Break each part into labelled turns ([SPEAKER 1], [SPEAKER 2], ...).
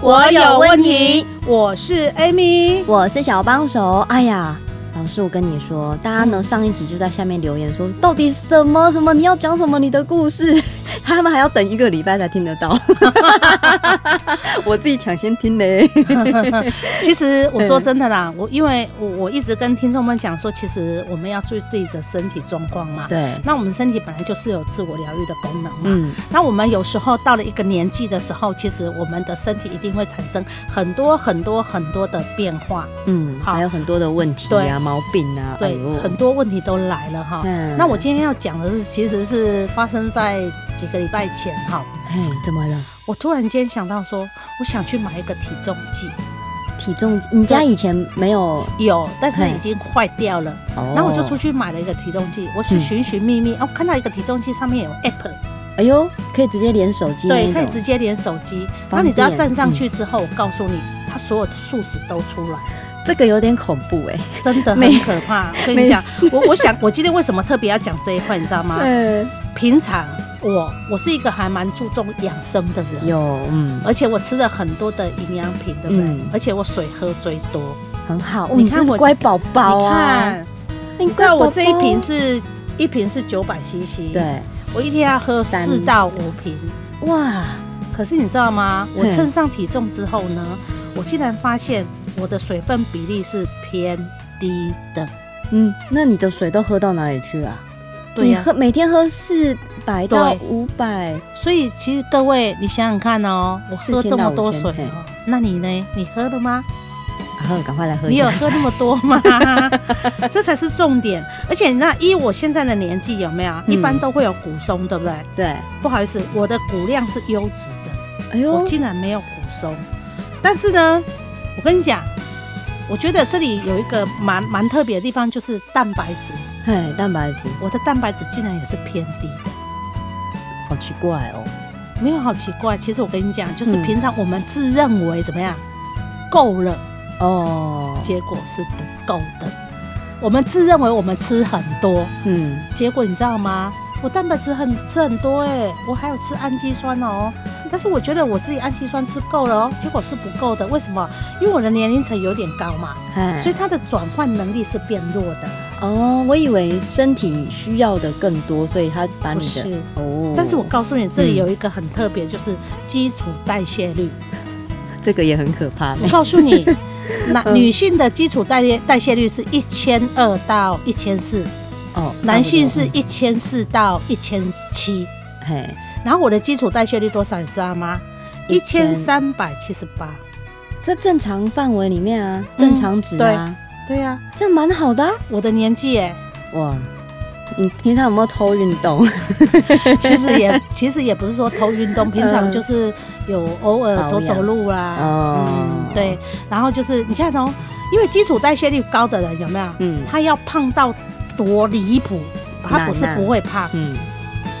[SPEAKER 1] 我有问题，
[SPEAKER 2] 我是 Amy。
[SPEAKER 1] 我是小帮手。哎呀，老师，我跟你说，大家呢上一集就在下面留言说，到底什么什么你要讲什么你的故事， 他们还要等一个礼拜才听得到。 我自己抢 先听嘞。
[SPEAKER 2] 其实我
[SPEAKER 1] 嗯
[SPEAKER 2] 说真的啦，我因为我我一直跟听众们讲说，其实我们要注意自己的身体状况嘛。
[SPEAKER 1] 对，
[SPEAKER 2] 那我们身体本来就是有自我疗愈的功能嘛。
[SPEAKER 1] 嗯，
[SPEAKER 2] 那我们有时候到了一个年纪的时候，其实我们的身体一定会产生很多很多很多的变化，
[SPEAKER 1] 嗯，
[SPEAKER 2] 好
[SPEAKER 1] 还有很多的问题
[SPEAKER 2] 对
[SPEAKER 1] 啊、毛病啊，哎
[SPEAKER 2] 对，
[SPEAKER 1] 呦
[SPEAKER 2] 很多问题都来了哈。
[SPEAKER 1] 嗯
[SPEAKER 2] 那我今天要讲的是，其实是发生在几个礼拜前哈。
[SPEAKER 1] 哎怎么了？
[SPEAKER 2] 我突然间想到说，我想去买一个体重计，
[SPEAKER 1] 体重，你家以前没有？
[SPEAKER 2] 有，但是
[SPEAKER 1] 嘿哦
[SPEAKER 2] 已经坏掉了。
[SPEAKER 1] 然
[SPEAKER 2] 然后我就出，去买了一个体重计，我去
[SPEAKER 1] 嗯
[SPEAKER 2] 寻寻觅觅，哦，看到一个体重计上面有 app，
[SPEAKER 1] 哎呦，可以直接连手机那
[SPEAKER 2] 对，
[SPEAKER 1] 种，
[SPEAKER 2] 可以直接连手机。然
[SPEAKER 1] 方便
[SPEAKER 2] 后你只要站上去之后，我告诉你，它所有的数值都出来，
[SPEAKER 1] 这个有点恐怖哎。
[SPEAKER 2] 真的很
[SPEAKER 1] 没
[SPEAKER 2] 可怕。我跟你
[SPEAKER 1] 没
[SPEAKER 2] 讲，我我想我今天为什么特别要讲这一块，你知道吗？
[SPEAKER 1] 嗯，
[SPEAKER 2] 平常我我是一个还蛮注重养生的人。
[SPEAKER 1] 有，嗯，
[SPEAKER 2] 而且我吃了很多的营养品，对不对？
[SPEAKER 1] 嗯
[SPEAKER 2] 而且我水喝最多。
[SPEAKER 1] 很好。
[SPEAKER 2] 你
[SPEAKER 1] 哦你
[SPEAKER 2] 看
[SPEAKER 1] 看
[SPEAKER 2] 我
[SPEAKER 1] 我乖宝宝
[SPEAKER 2] 你
[SPEAKER 1] 啊，
[SPEAKER 2] 看，
[SPEAKER 1] 你
[SPEAKER 2] 你知道我这一瓶
[SPEAKER 1] 瓶
[SPEAKER 2] 是一瓶是九百 CC，，
[SPEAKER 1] 对，
[SPEAKER 2] 我一天要喝
[SPEAKER 1] 三
[SPEAKER 2] 四到五瓶。
[SPEAKER 1] 哇，
[SPEAKER 2] 可是你知道吗？我
[SPEAKER 1] 嗯
[SPEAKER 2] 称上体重之后呢，我竟然发现我的水分比例是偏低的。
[SPEAKER 1] 嗯，那你的水都喝到哪里去啊？
[SPEAKER 2] 对呀、
[SPEAKER 1] 你喝每天喝四百到
[SPEAKER 2] 对
[SPEAKER 1] 五百，
[SPEAKER 2] 所以其实各位，你想想看哦，我喝这么多水
[SPEAKER 1] 4000到5000
[SPEAKER 2] 哦，那你呢？你喝了吗？
[SPEAKER 1] 喝，赶快来喝
[SPEAKER 2] 你
[SPEAKER 1] 一
[SPEAKER 2] 有
[SPEAKER 1] 下
[SPEAKER 2] 喝
[SPEAKER 1] 水。
[SPEAKER 2] 那么多 吗？这才是重点。而且那依我现在的年纪有没有？一
[SPEAKER 1] 嗯
[SPEAKER 2] 般都会有骨松，对不对？
[SPEAKER 1] 对，
[SPEAKER 2] 不好意思，我的骨量是优质的。
[SPEAKER 1] 哎呦
[SPEAKER 2] 我，竟然没有骨松。但是呢，我跟你讲，我觉得这里有一个蛮蛮特别的地方，就是蛋白质，
[SPEAKER 1] 嘿，蛋白质，
[SPEAKER 2] 我的蛋白质竟然也是偏低的，
[SPEAKER 1] 好奇怪哦。
[SPEAKER 2] 没有好奇怪。其实我跟你讲，就是
[SPEAKER 1] 嗯
[SPEAKER 2] 平常我们自认为怎么样够了，
[SPEAKER 1] 哦，
[SPEAKER 2] 结果是不够的。我们自认为我们吃很多，
[SPEAKER 1] 嗯，
[SPEAKER 2] 结果你知道吗？我蛋白质很吃很多哎、我还有吃氨基酸哦、但是我觉得我自己氨基酸吃够了哦、结果是不够的。为什么？因为我的年龄层有点高嘛，
[SPEAKER 1] 嘿，
[SPEAKER 2] 所以它的转换能力是变弱的。
[SPEAKER 1] 哦，我以为身体需要的更多，所以他把啊你
[SPEAKER 2] 不是
[SPEAKER 1] 的哦，
[SPEAKER 2] 但是我告诉你，这里有一个很特别，就是基础代谢率。
[SPEAKER 1] 这个也很可怕呢
[SPEAKER 2] 我。告诉 你，那
[SPEAKER 1] 嗯
[SPEAKER 2] 女性的基础代谢代谢率是一千二到一千四，
[SPEAKER 1] 哦，
[SPEAKER 2] 男性
[SPEAKER 1] 差
[SPEAKER 2] 是
[SPEAKER 1] 不多
[SPEAKER 2] 一千四到一千七。
[SPEAKER 1] 嗯嘿，
[SPEAKER 2] 然后我的基础代谢率多少，你知道吗？一千三百七十八。
[SPEAKER 1] 这正常范围里面啊，正常值啊，
[SPEAKER 2] 嗯对呀、
[SPEAKER 1] 这样蛮好的啊。
[SPEAKER 2] 我的年纪 耶，
[SPEAKER 1] 哇，你平常有没有偷运动？
[SPEAKER 2] 嗯其实也其实也不是说头运动，平常
[SPEAKER 1] 嗯
[SPEAKER 2] 就是有偶尔走
[SPEAKER 1] 保养
[SPEAKER 2] 走路啦，
[SPEAKER 1] 哦
[SPEAKER 2] 嗯，对，然后就是你看哦，因为基础代谢率高的人有没有？
[SPEAKER 1] 嗯
[SPEAKER 2] 他要胖到多离谱，他不是
[SPEAKER 1] 难啊
[SPEAKER 2] 不会胖，
[SPEAKER 1] 嗯，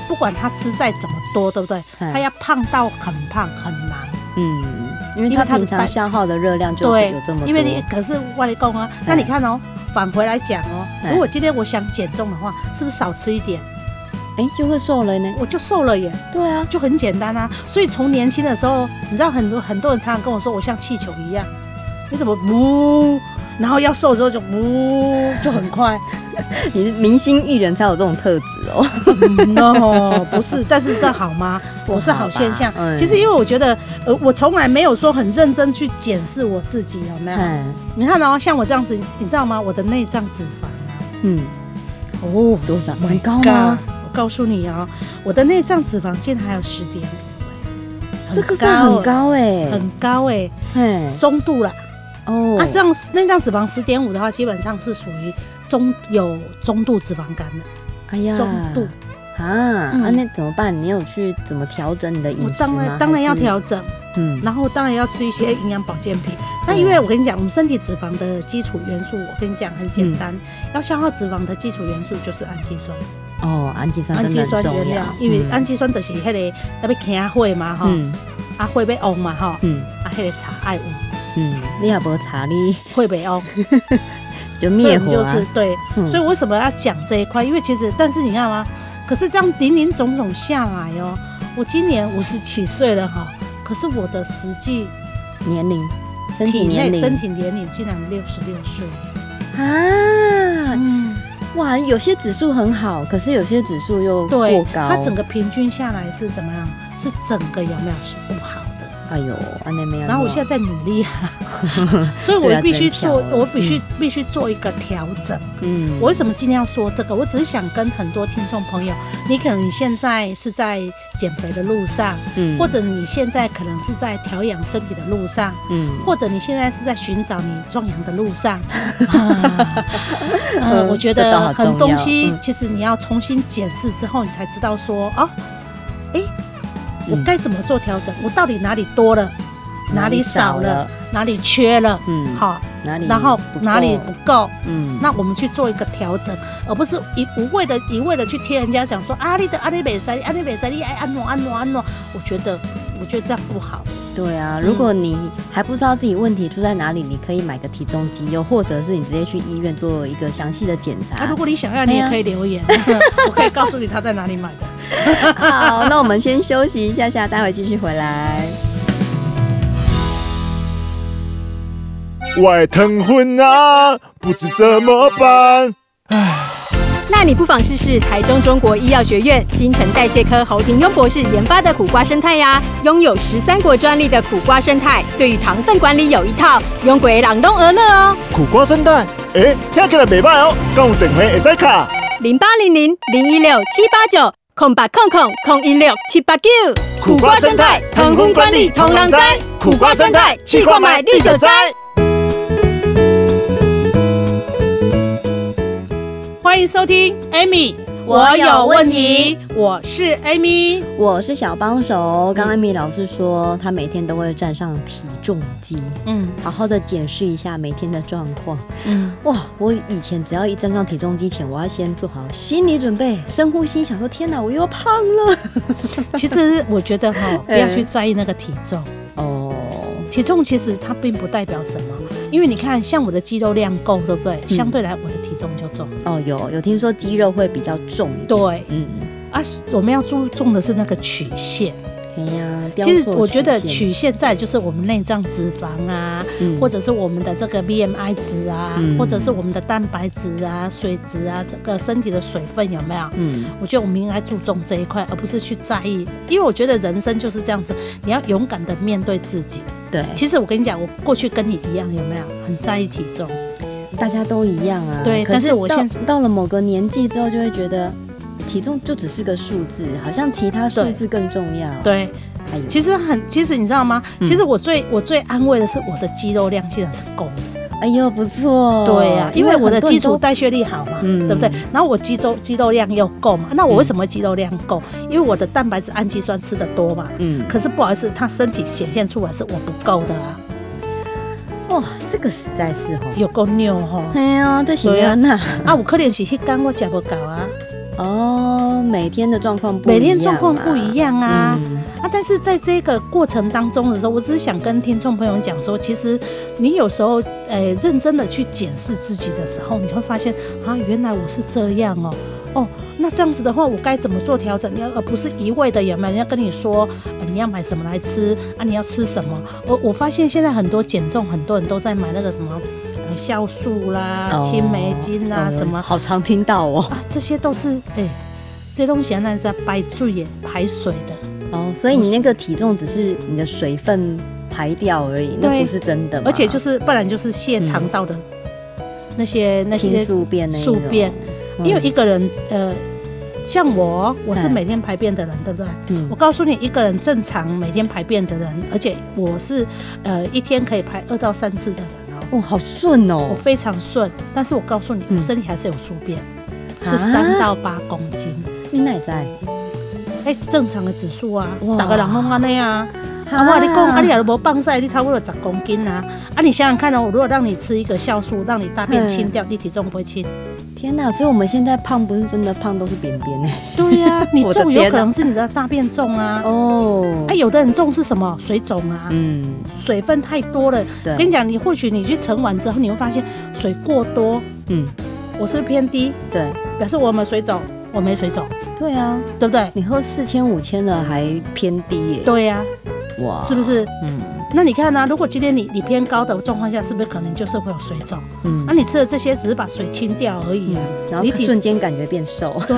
[SPEAKER 2] 不管他吃再怎么多，对不对？
[SPEAKER 1] 嗯
[SPEAKER 2] 他要胖到很胖很难。
[SPEAKER 1] 嗯，因为
[SPEAKER 2] 因为
[SPEAKER 1] 它
[SPEAKER 2] 它的
[SPEAKER 1] 平
[SPEAKER 2] 代
[SPEAKER 1] 常消耗的热量就
[SPEAKER 2] 对
[SPEAKER 1] 有这么多，
[SPEAKER 2] 因为你可是外力供啊，那
[SPEAKER 1] 哎
[SPEAKER 2] 你看哦，返回来讲哦，
[SPEAKER 1] 哎
[SPEAKER 2] 如果今天我想减重的话，是不是少吃一点，
[SPEAKER 1] 哎就会瘦了呢。
[SPEAKER 2] 我就瘦了耶？
[SPEAKER 1] 对啊，
[SPEAKER 2] 就很简单啊。所以从年轻的时候，你知道很多很多人常常跟我说，我像气球一样，你怎么呜？然后要瘦的时候就呜，就很快。
[SPEAKER 1] 你是明星艺人才有这种特质哦。
[SPEAKER 2] no，不嗯哦是，但是这好吗？我是好现象
[SPEAKER 1] 不好吧。嗯
[SPEAKER 2] 其实因为我觉得，呃，我从来没有说很认真去检视我自己有没有。
[SPEAKER 1] 嗯
[SPEAKER 2] 你看哦，像我这样子，你知道吗？我的内脏脂肪啊，
[SPEAKER 1] 嗯，
[SPEAKER 2] 哦
[SPEAKER 1] 多少？
[SPEAKER 2] ，My
[SPEAKER 1] 很高
[SPEAKER 2] God，
[SPEAKER 1] 吗？
[SPEAKER 2] 我告诉你哦，我的内脏脂肪竟然还有十点五，哎
[SPEAKER 1] 这个算很，高哎，
[SPEAKER 2] 啊很高哎，
[SPEAKER 1] 嘿
[SPEAKER 2] 中度啦。
[SPEAKER 1] 哦，
[SPEAKER 2] 啊，这样内脏脂肪十点五的话，基本上是属于中有中度脂肪肝的，
[SPEAKER 1] 哎呀
[SPEAKER 2] 中度。
[SPEAKER 1] 啊、
[SPEAKER 2] 嗯
[SPEAKER 1] 啊，那怎么办？你有去怎么调整你的饮食
[SPEAKER 2] 我
[SPEAKER 1] 吗？
[SPEAKER 2] 当然当然要
[SPEAKER 1] 嗯还是，
[SPEAKER 2] 调整，
[SPEAKER 1] 嗯，
[SPEAKER 2] 然后当然要吃一些营养保健品。那因为我跟你讲，我们身体脂肪的基础元素，我跟你讲很简单，
[SPEAKER 1] 嗯
[SPEAKER 2] 要消耗脂肪的基础元素就是氨基酸，
[SPEAKER 1] 哦，氨基酸
[SPEAKER 2] 氨基
[SPEAKER 1] 真的
[SPEAKER 2] 酸
[SPEAKER 1] 很重
[SPEAKER 2] 原料
[SPEAKER 1] 要，，
[SPEAKER 2] 因为
[SPEAKER 1] 嗯
[SPEAKER 2] 氨基酸就是迄、个要要行火嘛吼，
[SPEAKER 1] 嗯
[SPEAKER 2] 啊火要旺嘛吼，
[SPEAKER 1] 嗯
[SPEAKER 2] 啊迄、个茶爱旺，
[SPEAKER 1] 嗯，你也无查你
[SPEAKER 2] 火袂旺，
[SPEAKER 1] 就
[SPEAKER 2] 所以
[SPEAKER 1] 灭
[SPEAKER 2] 我们
[SPEAKER 1] 火
[SPEAKER 2] 就
[SPEAKER 1] 啊
[SPEAKER 2] 是，对。
[SPEAKER 1] 嗯
[SPEAKER 2] 所以为什么要讲这一块？因为其实，但是你看吗？可是这样林林总总下来哦，我今年五十几岁了哈、可是我的实际
[SPEAKER 1] 年龄、身体
[SPEAKER 2] 体
[SPEAKER 1] 年
[SPEAKER 2] 内
[SPEAKER 1] 龄
[SPEAKER 2] 身体年龄竟然六十六岁，
[SPEAKER 1] 啊，
[SPEAKER 2] 嗯，
[SPEAKER 1] 哇，有些指数很好，可是有些指数又过
[SPEAKER 2] 对，
[SPEAKER 1] 高，
[SPEAKER 2] 它整个平均下来是怎么样？是整个有没有是不好的？
[SPEAKER 1] 哎呦，安内没有。
[SPEAKER 2] 然后我现在在努力 啊，所以我
[SPEAKER 1] 对啊
[SPEAKER 2] 必须
[SPEAKER 1] 只能
[SPEAKER 2] 做，
[SPEAKER 1] 调了
[SPEAKER 2] 我必须
[SPEAKER 1] 嗯
[SPEAKER 2] 必须做一个调整。
[SPEAKER 1] 嗯，
[SPEAKER 2] 我为什么今天要说这个？我只是想跟很多听众朋友，你可能你现在是在减肥的路上，
[SPEAKER 1] 嗯
[SPEAKER 2] 或者你现在可能是在调养身体的路上，
[SPEAKER 1] 嗯
[SPEAKER 2] 或者你现在是在寻找你壮阳的路 上。 啊呃
[SPEAKER 1] 嗯
[SPEAKER 2] 我觉
[SPEAKER 1] 这倒好
[SPEAKER 2] 得很
[SPEAKER 1] 重
[SPEAKER 2] 东
[SPEAKER 1] 要
[SPEAKER 2] 西
[SPEAKER 1] 嗯，
[SPEAKER 2] 其实你要重新检视之后，你才知道说哦，诶，我
[SPEAKER 1] 嗯
[SPEAKER 2] 该怎么做调整？我到底哪里多了，哪里少了，，哪里缺了？
[SPEAKER 1] 嗯，，
[SPEAKER 2] 好，
[SPEAKER 1] 哪里
[SPEAKER 2] 然后
[SPEAKER 1] 不够
[SPEAKER 2] 哪里不够？
[SPEAKER 1] 嗯，
[SPEAKER 2] 那我们去做一个调整，而不是一无谓的一味的去贴人家讲说啊，你的阿里北塞，阿里北塞，你爱安诺安诺安诺。我觉得，我觉得这样不好。
[SPEAKER 1] 对
[SPEAKER 2] 嗯
[SPEAKER 1] 啊，如果你还不知道自己问题出在哪里，你可以买个体重机，又或者是你直接去医院做一个详细的检
[SPEAKER 2] 啊，
[SPEAKER 1] 查
[SPEAKER 2] 如。果你想要，
[SPEAKER 1] 对
[SPEAKER 2] 你也
[SPEAKER 1] 啊
[SPEAKER 2] 可以留言， 我可以告诉你他在哪里买的。
[SPEAKER 1] 好，那我们先休息一下下，待会继续回来。
[SPEAKER 3] 外疼昏啊，不知怎么办。
[SPEAKER 4] 那你不妨试试台中中国医药学院新陈代谢科侯廷庸博士研发的苦瓜生态呀、拥有十三国专利的苦瓜生态，对于糖分管理有一套，用鬼朗东而乐哦，
[SPEAKER 3] 苦瓜生蛋，哎，听起来袂歹哦，讲等回会使卡。
[SPEAKER 4] 零八零零零一六七八九空八空空空一六七八九，
[SPEAKER 3] 苦瓜生态，糖分管理同人知。苦瓜生态，试看卖你就知。
[SPEAKER 2] 欢迎收听 Amy，
[SPEAKER 1] 我有问题，
[SPEAKER 2] 我是 Amy。
[SPEAKER 1] 我是小帮手。刚刚米老师说，他每天都会站上体重机，
[SPEAKER 2] 嗯
[SPEAKER 1] 好好的检视一下每天的状况。
[SPEAKER 2] 嗯，
[SPEAKER 1] 哇，我以前只要一站上体重机前，我要先做好心理准备，深呼吸，想说天哪，我又要胖 了。
[SPEAKER 2] 其实我觉得 哈，不要去在意那个体重，
[SPEAKER 1] 哦，
[SPEAKER 2] 体重其实它并不代表什么，因为你看，像我的肌肉量够，对不对？
[SPEAKER 1] 嗯
[SPEAKER 2] 相对来我的体重就重。
[SPEAKER 1] 哦，有有听说肌肉会比较重一点，
[SPEAKER 2] 对
[SPEAKER 1] 嗯，
[SPEAKER 2] 啊，我们要注重的是那个曲线。
[SPEAKER 1] 哎呀，雕
[SPEAKER 2] 其实
[SPEAKER 1] 塑
[SPEAKER 2] 我觉得
[SPEAKER 1] 曲线，
[SPEAKER 2] 曲线在就是我们内脏脂肪啊，
[SPEAKER 1] 嗯
[SPEAKER 2] 或者是我们的这个 BMI 值啊，
[SPEAKER 1] 嗯
[SPEAKER 2] 或者是我们的蛋白质啊、水质啊，这个身体的水分有没有？
[SPEAKER 1] 嗯
[SPEAKER 2] 我觉得我们应该注重这一块，而不是去在意，因为我觉得人生就是这样子，你要勇敢的面对自己。
[SPEAKER 1] 对，
[SPEAKER 2] 其实我跟你讲，我过去跟你一样，有没有很在意体重？
[SPEAKER 1] 大家都一样啊。
[SPEAKER 2] 对
[SPEAKER 1] 可
[SPEAKER 2] 但
[SPEAKER 1] 是
[SPEAKER 2] 是我
[SPEAKER 1] 到
[SPEAKER 2] 现
[SPEAKER 1] 到了某个年纪之后，就会觉得体重就只是个数字，好像其他数
[SPEAKER 2] 对
[SPEAKER 1] 字更重要。，
[SPEAKER 2] 对，
[SPEAKER 1] 哎呦，
[SPEAKER 2] 其实很，其实你知道吗？
[SPEAKER 1] 嗯
[SPEAKER 2] 其实我最我最安慰的是我的肌肉量竟然是够的。
[SPEAKER 1] 哎呦不错，
[SPEAKER 2] 对呀、哦因为我的
[SPEAKER 1] 很多
[SPEAKER 2] 基
[SPEAKER 1] 人
[SPEAKER 2] 础
[SPEAKER 1] 都
[SPEAKER 2] 代谢力好嘛，
[SPEAKER 1] 嗯
[SPEAKER 2] 对不对？然后我肌肉肌肉量又够嘛，那我为什么肌肉量够？因为我的蛋白质、氨基酸吃的多嘛。
[SPEAKER 1] 嗯。
[SPEAKER 2] 可是不好意思，它身体显现出来是我不够的啊，
[SPEAKER 1] 哇，这个实在 是吼。
[SPEAKER 2] 有够拗吼！
[SPEAKER 1] 哎呀，这行啊呐！
[SPEAKER 2] 啊，我可能是迄天我食不够啊，
[SPEAKER 1] 哦，每天的状况不一样、啊
[SPEAKER 2] 每天状况不啊一、样啊、
[SPEAKER 1] 嗯
[SPEAKER 2] 啊！但是在这个过程当中的时候，我只是想跟听众朋友讲说，其实你有时候呃认真的去检视自己的时候，你会发现啊，原来我是这样哦。哦，那这样子的话，我该怎么做调整？你要呃而不是一味的有没有人家跟你说，呃，你要买什么来吃啊？你要吃什么？我我发现现在很多减重，很多人都在买那个什么，呃，酵素啦、
[SPEAKER 1] 哦
[SPEAKER 2] 青霉精啊，
[SPEAKER 1] 哦
[SPEAKER 2] 什么
[SPEAKER 1] 好常听到哦。
[SPEAKER 2] 啊，这些都是哎、这东西啊，那在排水耶、排水的，
[SPEAKER 1] 哦，所以你那个体重只是你的水分排掉而已，那
[SPEAKER 2] 对
[SPEAKER 1] 不是真的嘛。
[SPEAKER 2] 而且就是不然就是泻肠道的那些、那些
[SPEAKER 1] 青嗯素变那一
[SPEAKER 2] 宿
[SPEAKER 1] 种
[SPEAKER 2] 便，因为一个人呃，像我，我是
[SPEAKER 1] 嗯
[SPEAKER 2] 每天排便的人，对不对？
[SPEAKER 1] 嗯
[SPEAKER 2] 我告诉你，一个人正常每天排便的人，而且我是呃一天可以排二到三次的人哦，
[SPEAKER 1] 哇、好顺
[SPEAKER 2] 我
[SPEAKER 1] 哦，
[SPEAKER 2] 非常顺。但是我告诉你，我
[SPEAKER 1] 嗯
[SPEAKER 2] 身体还是有宿便，
[SPEAKER 1] 啊
[SPEAKER 2] 是三到八公斤。
[SPEAKER 1] 你哪在？
[SPEAKER 2] 哎，正常的指数啊，
[SPEAKER 1] 哇
[SPEAKER 2] 大个人拢安尼啊。啊，
[SPEAKER 1] 啊
[SPEAKER 2] 我跟你讲，啊，你若无放晒，你差不多十公斤啊。啊，你想想看哦，我如果让你吃一个酵素，让你大便清掉，你体重不会轻。
[SPEAKER 1] 天哪！所以我们现在胖不是真的胖，都是扁扁欸的。
[SPEAKER 2] 对呀、 你
[SPEAKER 1] 啊我的
[SPEAKER 2] 重有
[SPEAKER 1] 天哪
[SPEAKER 2] 可能是你的大便重啊。
[SPEAKER 1] 哦
[SPEAKER 2] 啊，，有的人重是什么？水肿啊，
[SPEAKER 1] 嗯，
[SPEAKER 2] 水分太多了。
[SPEAKER 1] 对，
[SPEAKER 2] 跟你讲，你或许你去盛完之后，你会发现水过多，
[SPEAKER 1] 嗯，
[SPEAKER 2] 我是不是偏低，
[SPEAKER 1] 对，
[SPEAKER 2] 表示我有没有水肿，我没水肿，
[SPEAKER 1] 对啊，
[SPEAKER 2] 对不对？
[SPEAKER 1] 你喝四千五千的还偏低耶，
[SPEAKER 2] 对呀、
[SPEAKER 1] 哇，
[SPEAKER 2] 是不？是？
[SPEAKER 1] 嗯
[SPEAKER 2] 那你看呢、啊如果今天你你偏高的状况下，是不是可能就是会有水肿？
[SPEAKER 1] 嗯
[SPEAKER 2] 那、你吃的这些只是把水清掉而已啊。
[SPEAKER 1] 然
[SPEAKER 2] 哎你
[SPEAKER 1] 后
[SPEAKER 2] 体
[SPEAKER 1] 瞬间感觉变瘦，
[SPEAKER 2] 对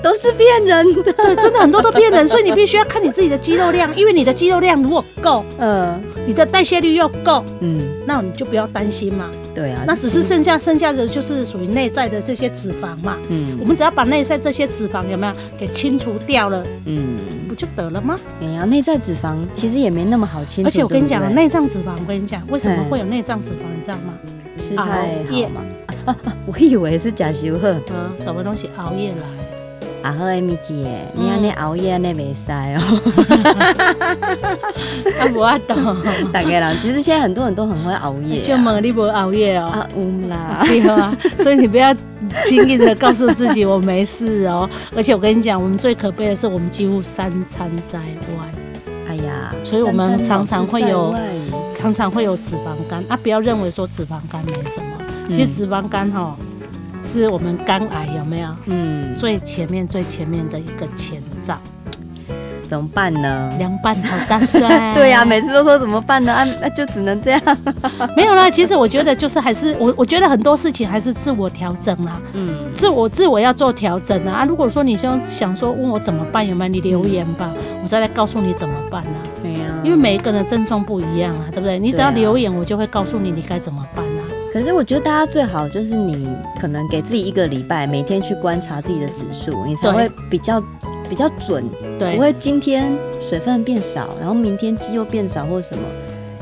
[SPEAKER 1] 都是骗人 的。
[SPEAKER 2] 对，真的很多都骗人，所以你必须要看你自己的肌肉量，因为你的肌肉量如果够，
[SPEAKER 1] 嗯
[SPEAKER 2] 你的代谢率又够，
[SPEAKER 1] 嗯，
[SPEAKER 2] 那你就不要担心嘛。
[SPEAKER 1] 对啊，
[SPEAKER 2] 那只是剩下剩下的就是属于内在的这些脂肪嘛。我
[SPEAKER 1] 嗯
[SPEAKER 2] 们只要把内在这些脂肪有没有给清除掉了，
[SPEAKER 1] 嗯，
[SPEAKER 2] 不就得了吗？
[SPEAKER 1] 没有啊内在脂肪其实也没那么好清除，
[SPEAKER 2] 而且我跟你讲啊，
[SPEAKER 1] 对不对哎
[SPEAKER 2] 内脏脂肪，我跟你讲，为什么会有内脏脂肪，你知道吗？
[SPEAKER 1] 吃
[SPEAKER 2] 熬
[SPEAKER 1] 太
[SPEAKER 2] 夜
[SPEAKER 1] 好嘛。啊啊啊 我以为是假修喝
[SPEAKER 2] 嗯，什么东西熬夜 来？
[SPEAKER 1] 啊，喝 Amy 姐，你安尼熬夜安尼没塞 哦。
[SPEAKER 2] 啊，我 懂。
[SPEAKER 1] 大概啦，其实现在很多人都很会熬夜啊、
[SPEAKER 2] 就问你不熬夜 哦、
[SPEAKER 1] 啊，嗯啦，
[SPEAKER 2] 对啊，所以你不要轻易的告诉自己我没事哦。而且我跟你讲，我们最可悲的是，我们几乎三餐在外，
[SPEAKER 1] 哎呀，
[SPEAKER 2] 所以我们常常会有
[SPEAKER 1] 三餐老是在外
[SPEAKER 2] 常常会有脂肪肝啊。不要认为说脂肪肝没什么，其实脂肪肝哈、是我们肝癌有没有
[SPEAKER 1] 嗯，
[SPEAKER 2] 最前面最前面的一个前兆，
[SPEAKER 1] 怎么办呢？。
[SPEAKER 2] 凉拌炒大蒜
[SPEAKER 1] 对呀、啊每次都说怎么办呢？啊，那就只能这样。
[SPEAKER 2] 没有啦。其实我觉得就是还是我，我觉得很多事情还是自我调整啦。
[SPEAKER 1] 嗯，
[SPEAKER 2] 自我自我要做调整啊！啊，如果说你想想说问我怎么办，有没有你留言吧，我再来告诉你怎么办啊。
[SPEAKER 1] 对呀、
[SPEAKER 2] 因为每一个人的症状不一样啊，对不对？你只要
[SPEAKER 1] 对啊
[SPEAKER 2] 留言，我就会告诉你你该怎么办啊。
[SPEAKER 1] 可是我觉得大家最好就是你可能给自己一个礼拜，每天去观察自己的指数，你才
[SPEAKER 2] 对
[SPEAKER 1] 会比较比较准，不
[SPEAKER 2] 对，
[SPEAKER 1] 会今天水分变少，然后明天肌肉变少或什么。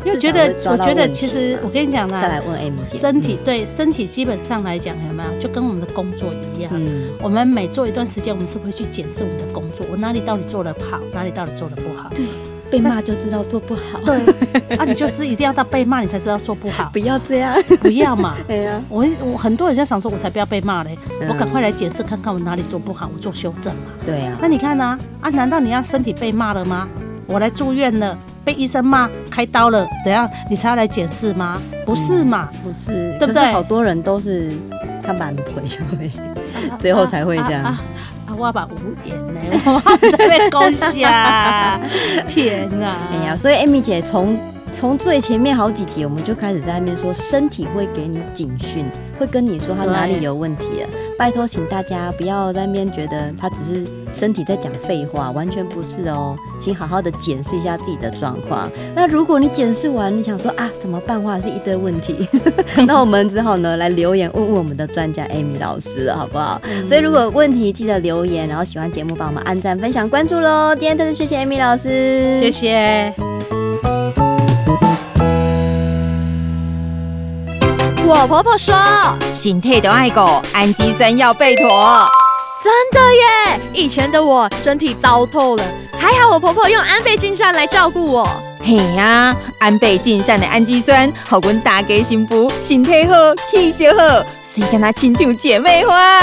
[SPEAKER 2] 因为觉
[SPEAKER 1] 至
[SPEAKER 2] 得
[SPEAKER 1] 少会抓
[SPEAKER 2] 我
[SPEAKER 1] 到
[SPEAKER 2] 觉得
[SPEAKER 1] 问题
[SPEAKER 2] 其实我跟你讲
[SPEAKER 1] 再
[SPEAKER 2] 啦，
[SPEAKER 1] 来问 Amy 姐，
[SPEAKER 2] 身体对身体基本上来讲有没有就跟我们的工作一样。
[SPEAKER 1] 嗯，
[SPEAKER 2] 我们每做一段时间，我们是会去检视我们的工作，我哪里到底做得好，哪里到底做得不好。
[SPEAKER 1] 被骂就知道做不好，
[SPEAKER 2] 对，啊，你就是一定要到被骂，你才知道做不好
[SPEAKER 1] 不，要这样。
[SPEAKER 2] 不要嘛。
[SPEAKER 1] 哎呀、
[SPEAKER 2] 我我很多人在想说，我才不要被骂嘞，
[SPEAKER 1] 嗯
[SPEAKER 2] 我赶快来检视看看我哪里做不好，我做修正嘛。
[SPEAKER 1] 对呀、
[SPEAKER 2] 那你看呢、啊？难道你要身体被骂了吗？我来住院了，被医生骂，开刀了，怎样你才要来检视吗？不是嘛？
[SPEAKER 1] 不是，
[SPEAKER 2] 对不对
[SPEAKER 1] 可是好多人都是他满腿就会，嗯最后才会这样
[SPEAKER 2] 啊啊啊我把无言呢， 我在被攻下， 天哪、
[SPEAKER 1] 哎呀，所以 Amy 姐从从最前面好几集，我们就开始在那边说，身体会给你警讯，会跟你说它哪里
[SPEAKER 2] 对
[SPEAKER 1] 有问题了。啊拜托，请大家不要在那边觉得它只是身体在讲废话，完全不是哦，请好好的检视一下自己的状况。那如果你检视完，你想说啊怎么办，或者是一堆问题， 那我们只好呢来留言问问我们的专家 Amy 老师了，好不好？所以如果有问题记得留言，然后喜欢节目帮我们按赞、分享、关注喽。今天真的谢谢 Amy 老师，
[SPEAKER 2] 谢谢。
[SPEAKER 4] 我婆婆说，
[SPEAKER 5] 心态的爱狗，氨基酸要备妥。
[SPEAKER 6] 真的耶！以前的我身体糟透了，还好我婆婆用安倍晋善来照顾我。
[SPEAKER 5] 嘿呀、安倍晋善的氨基酸，好阮大家幸福，身体好，气色好，谁跟他亲像姐妹花？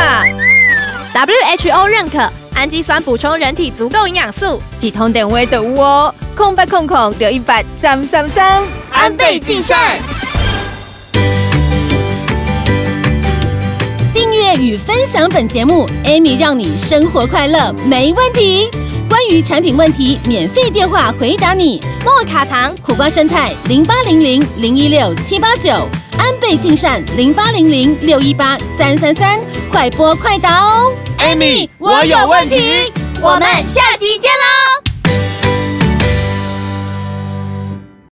[SPEAKER 6] WHO 认可氨基酸补充人体足够营养素，
[SPEAKER 5] 一通电话就有哦，空八空空六一八三三三。
[SPEAKER 6] 安倍晋善。
[SPEAKER 4] 订阅与分享本节目，Amy 让你生活快乐没问题。关于产品问题，免费电话回答你。
[SPEAKER 6] 莫卡糖
[SPEAKER 4] 苦瓜生态零八零零零一六七八九，安倍晋善零八零零六一八三三三，快播快答哦。
[SPEAKER 5] Amy，我有问题。
[SPEAKER 6] 我们下集见喽！